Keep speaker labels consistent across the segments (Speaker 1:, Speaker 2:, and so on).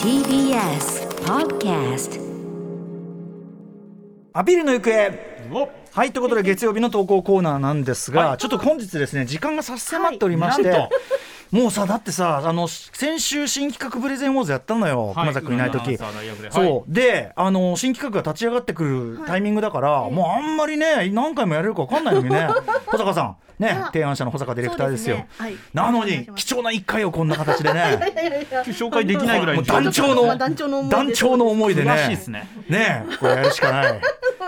Speaker 1: TBS Podcast
Speaker 2: アピールの行方
Speaker 3: お
Speaker 2: はいということで月曜日の投稿コーナーなんですが、ちょっと本日ですね時間が差し迫っておりまして、
Speaker 3: はいなんと
Speaker 2: もうさだってさあの先週新企画プレゼンウォーズやったのよ、
Speaker 3: はい
Speaker 2: 熊崎君いない時、
Speaker 3: 熊崎アナウンサーの役で
Speaker 2: そう、
Speaker 3: はい
Speaker 2: であの新企画が立ち上がってくるタイミングだから、もうあんまりね何回もやれるか分かんないのにね保坂さんね
Speaker 4: あ
Speaker 2: 提案者の保坂ディレクターですよ
Speaker 4: そうですねはい
Speaker 2: なの
Speaker 4: お願い
Speaker 2: に
Speaker 4: します
Speaker 2: 貴重な1回をこんな形でね
Speaker 3: 紹介できないぐらい
Speaker 2: も
Speaker 3: の
Speaker 2: う団長
Speaker 4: ま
Speaker 2: の
Speaker 4: あ団長の思い
Speaker 2: 団長の思いで
Speaker 4: で
Speaker 2: ね
Speaker 3: 詳しいですね
Speaker 2: ねえこれやるしかない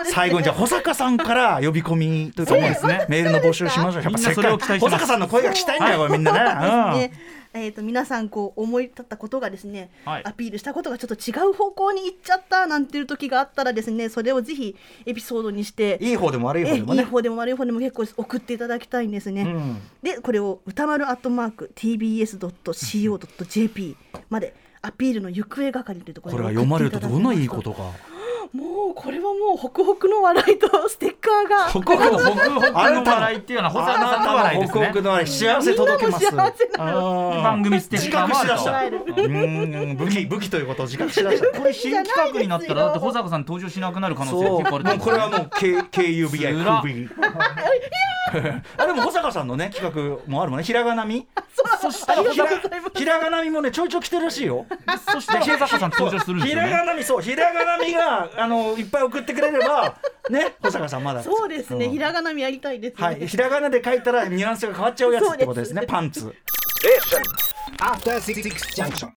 Speaker 2: 最後にじゃあ保坂さんから呼び込みというか
Speaker 3: そうですね
Speaker 2: メールの募集しましょうやっぱせっ
Speaker 3: みんなそれを期
Speaker 2: かく保
Speaker 3: 待してます
Speaker 2: 坂さんの声が聞きたいんだよこれみんなね
Speaker 4: ねえー、と皆さんこう思い立ったことがですね、
Speaker 3: はい
Speaker 4: アピールしたことがちょっと違う方向に行っちゃったなんていう時があったらですねそれをぜひエピソードにして
Speaker 2: うんいい方でも悪い
Speaker 4: え
Speaker 2: 方でも
Speaker 4: えいい
Speaker 2: ね
Speaker 4: 方でも悪い方でも結構です送っていただきたいんですね。
Speaker 2: ん
Speaker 4: でこれを歌丸アットマーク tbs.co.jp までアピールの行方係というとこ
Speaker 2: こ
Speaker 4: ろ
Speaker 2: れ
Speaker 4: に
Speaker 2: が読まれるとどんないい
Speaker 4: 送
Speaker 2: こ
Speaker 4: って
Speaker 2: とか
Speaker 4: ただけますもうこれはもうホクホクの笑いとステッカーが
Speaker 3: ホクホクホクホクの笑いっていうのは保坂さんの笑いです
Speaker 2: あなたの報
Speaker 3: ね
Speaker 2: 告の笑い幸せ届けます
Speaker 4: みんなも幸せな
Speaker 2: あー
Speaker 3: 番組ステッカーもあると
Speaker 2: 自覚しだしたうーん武器武器ということを自覚しだした
Speaker 3: これ新企画になったらだって保坂さん登場しなくなる可能性
Speaker 2: そう
Speaker 3: 結構あると
Speaker 2: もう
Speaker 3: 思
Speaker 2: これはもう K-
Speaker 3: つら
Speaker 2: KUBI クビ あでも保坂さんのね企画もあるもんねひらがなみ
Speaker 3: そしたら
Speaker 2: ひらひらがなみもねちょいちょい来てるらしいよ
Speaker 3: そしたら保坂さん登場するんです
Speaker 2: ひ
Speaker 3: よ
Speaker 2: らが
Speaker 3: ね
Speaker 2: なみそうひらがなみがあのいっぱい送ってくれればね保坂さんまだ
Speaker 4: そうですね、
Speaker 2: ん
Speaker 4: ひらがなみやりたいですね、
Speaker 2: はいひらがなで書いたらニュアンスが変わっちゃうやつってことですね
Speaker 4: そ
Speaker 2: パ
Speaker 4: うです
Speaker 2: ンツ
Speaker 5: After Six Junction.